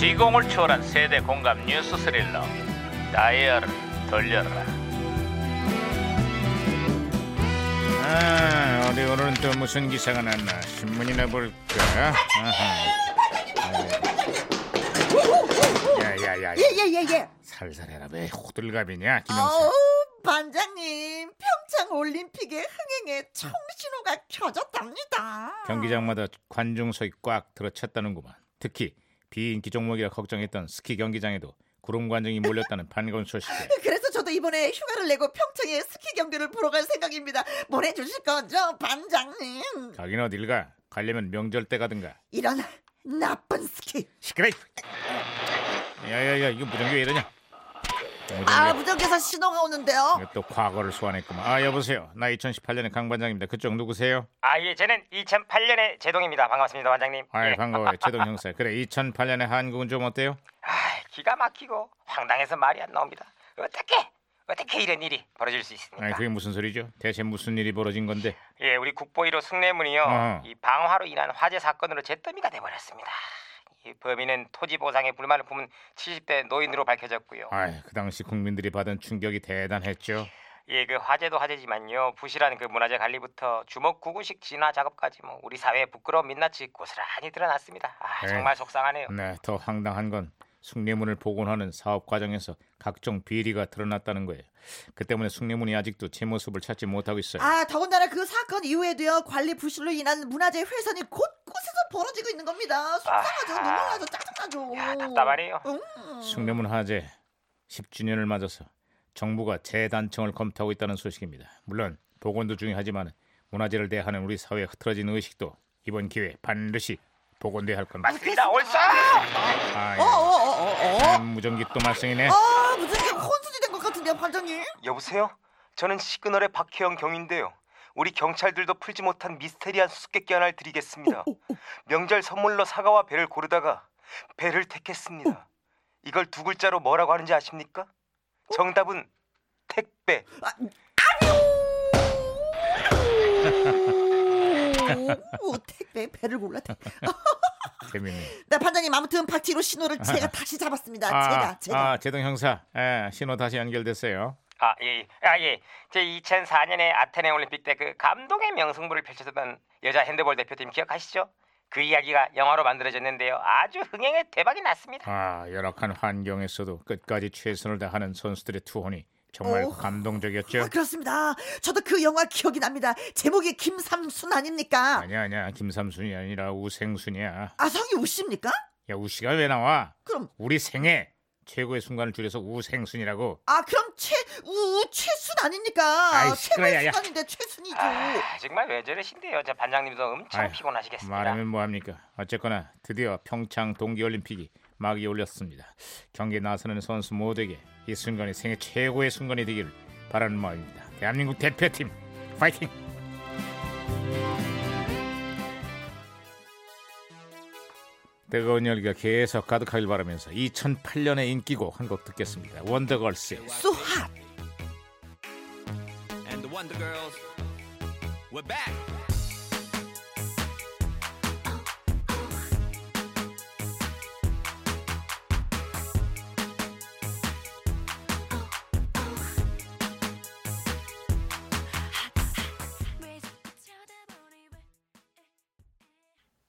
시공을 초월한 세대 공감 뉴스 스릴러 다이얼을 돌려라 아 어디 오늘은 또 무슨 기사가 났나 신문이나 볼까 야야야 예예예 예, 예. 살살해라 왜 호들갑이냐 어우 김영수 반장님 평창 올림픽의 흥행에 청신호가 켜졌답니다. 경기장마다 관중석이 꽉 들어찼다는구만 특히 비인기 종목이라 걱정했던 스키 경기장에도 구름 관중이 몰렸다는 반가운 소식에 그래서 저도 이번에 휴가를 내고 평창에 스키 경기를 보러 갈 생각입니다. 보내주실 거죠, 반장님? 가긴 어딜 가 가려면 명절 때 가든가 이런 나쁜 스키. 시끄러. 야야야 이거 무전기 왜 이러냐? 무전기 네. 아 무전기에서 신호가 오는데요. 또 과거를 소환했구만. 아 여보세요. 나 2018년의 강 반장입니다. 그쪽 누구세요? 아, 예, 저는 2008년에 제동입니다. 반갑습니다, 원장님. 예. 아 반가워요. 최동 형사. 그래 2008년의 한국은 좀 어때요? 아, 기가 막히고 황당해서 말이 안 나옵니다. 어떻게, 어떻게 이런 일이 벌어질 수 있습니까? 아니 그게 무슨 소리죠? 대체 무슨 일이 벌어진 건데? 예, 우리 국보 1호 숭례문이요. 어. 이 방화로 인한 화재 사건으로 잿더미가 돼버렸습니다. 이 범인은 토지 보상에 불만을 품은 70대 노인으로 밝혀졌고요. 아그 당시 국민들이 받은 충격이 대단했죠. 예, 그 화재도 화재지만요. 부실한 그 문화재 관리부터 주먹 구구식 진화 작업까지 뭐 우리 사회의 부끄러운 민낯이 고스란히 드러났습니다. 아, 네. 정말 속상하네요. 네, 더 황당한 건 숭례문을 복원하는 사업 과정에서 각종 비리가 드러났다는 거예요. 그 때문에 숭례문이 아직도 제 모습을 찾지 못하고 있어요. 아 더군다나 그 사건 이후에도요 관리 부실로 인한 문화재 훼손이 곳곳에서 벌어지고 있는 겁니다. 속상하죠, 아하. 눈물나죠, 짜증나죠. 야, 답답하네요. 음. 숭례문 화재 10주년을 맞아서 정부가 재단청을 검토하고 있다는 소식입니다. 물론 복원도 중요하지만 문화재를 대하는 우리 사회의 흐트러진 의식도 이번 기회에 반드시 복원돼야 할 겁니다. 맞습니다. 옳소! 아, 어, 어, 예. 어, 네. 어, 어. 음, 무전기 또 말썽이네. 아, 무슨 게 혼선이 된 것 같은데요, 반장님? 여보세요? 저는 시그널의 박혜영 경인데요. 우리 경찰들도 풀지 못한 미스테리한 수수께끼 하나를 드리겠습니다. 명절 선물로 사과와 배를 고르다가 배를 택했습니다. 이걸 두 글자로 뭐라고 하는지 아십니까? 정답은 택배. 아, 오, 택배 배를 골랐대. 재밌네. 나 반장님 아무튼 박치로 신호를 제가 다시 잡았습니다. 제가 제가. 아, 제동 형사. 예, 신호 다시 연결됐어요. 아 예, 아 예. 제 2004년에 아테네 올림픽 때 그 감동의 명승부를 펼쳤던 여자 핸드볼 대표팀 기억하시죠? 그 이야기가 영화로 만들어졌는데요. 아주 흥행에 대박이 났습니다. 아, 열악한 환경에서도 끝까지 최선을 다하는 선수들의 투혼이 정말 오. 감동적이었죠. 아, 어. 그렇습니다. 저도 그 영화 기억이 납니다. 제목이 김삼순 아닙니까? 아니야, 아니야. 김삼순이 아니라 우생순이야. 아 성이 우씨입니까? 야, 우씨가 왜 나와? 그럼 우리 생애 최고의 순간을 줄여서 우생순이라고. 아 그럼 최우 최순 아닙니까? 아이, 시끄러워, 야, 최고의 야. 순간인데 최순이죠. 아, 정말 왜 저러신데요? 저 반장님도 엄청 아휴, 피곤하시겠습니다. 말하면 뭐합니까? 어쨌거나 드디어 평창 동계올림픽이 막이 올렸습니다. 경기에 나서는 선수 모두에게 이 순간이 생애 최고의 순간이 되기를 바라는 마음입니다. 대한민국 대표팀 파이팅! 뜨거운 열기가 계속 가득하길 바라면서 2008년의 인기곡 한 곡 듣겠습니다. 원더걸스 소핫. and the Wonder Girls. We're back.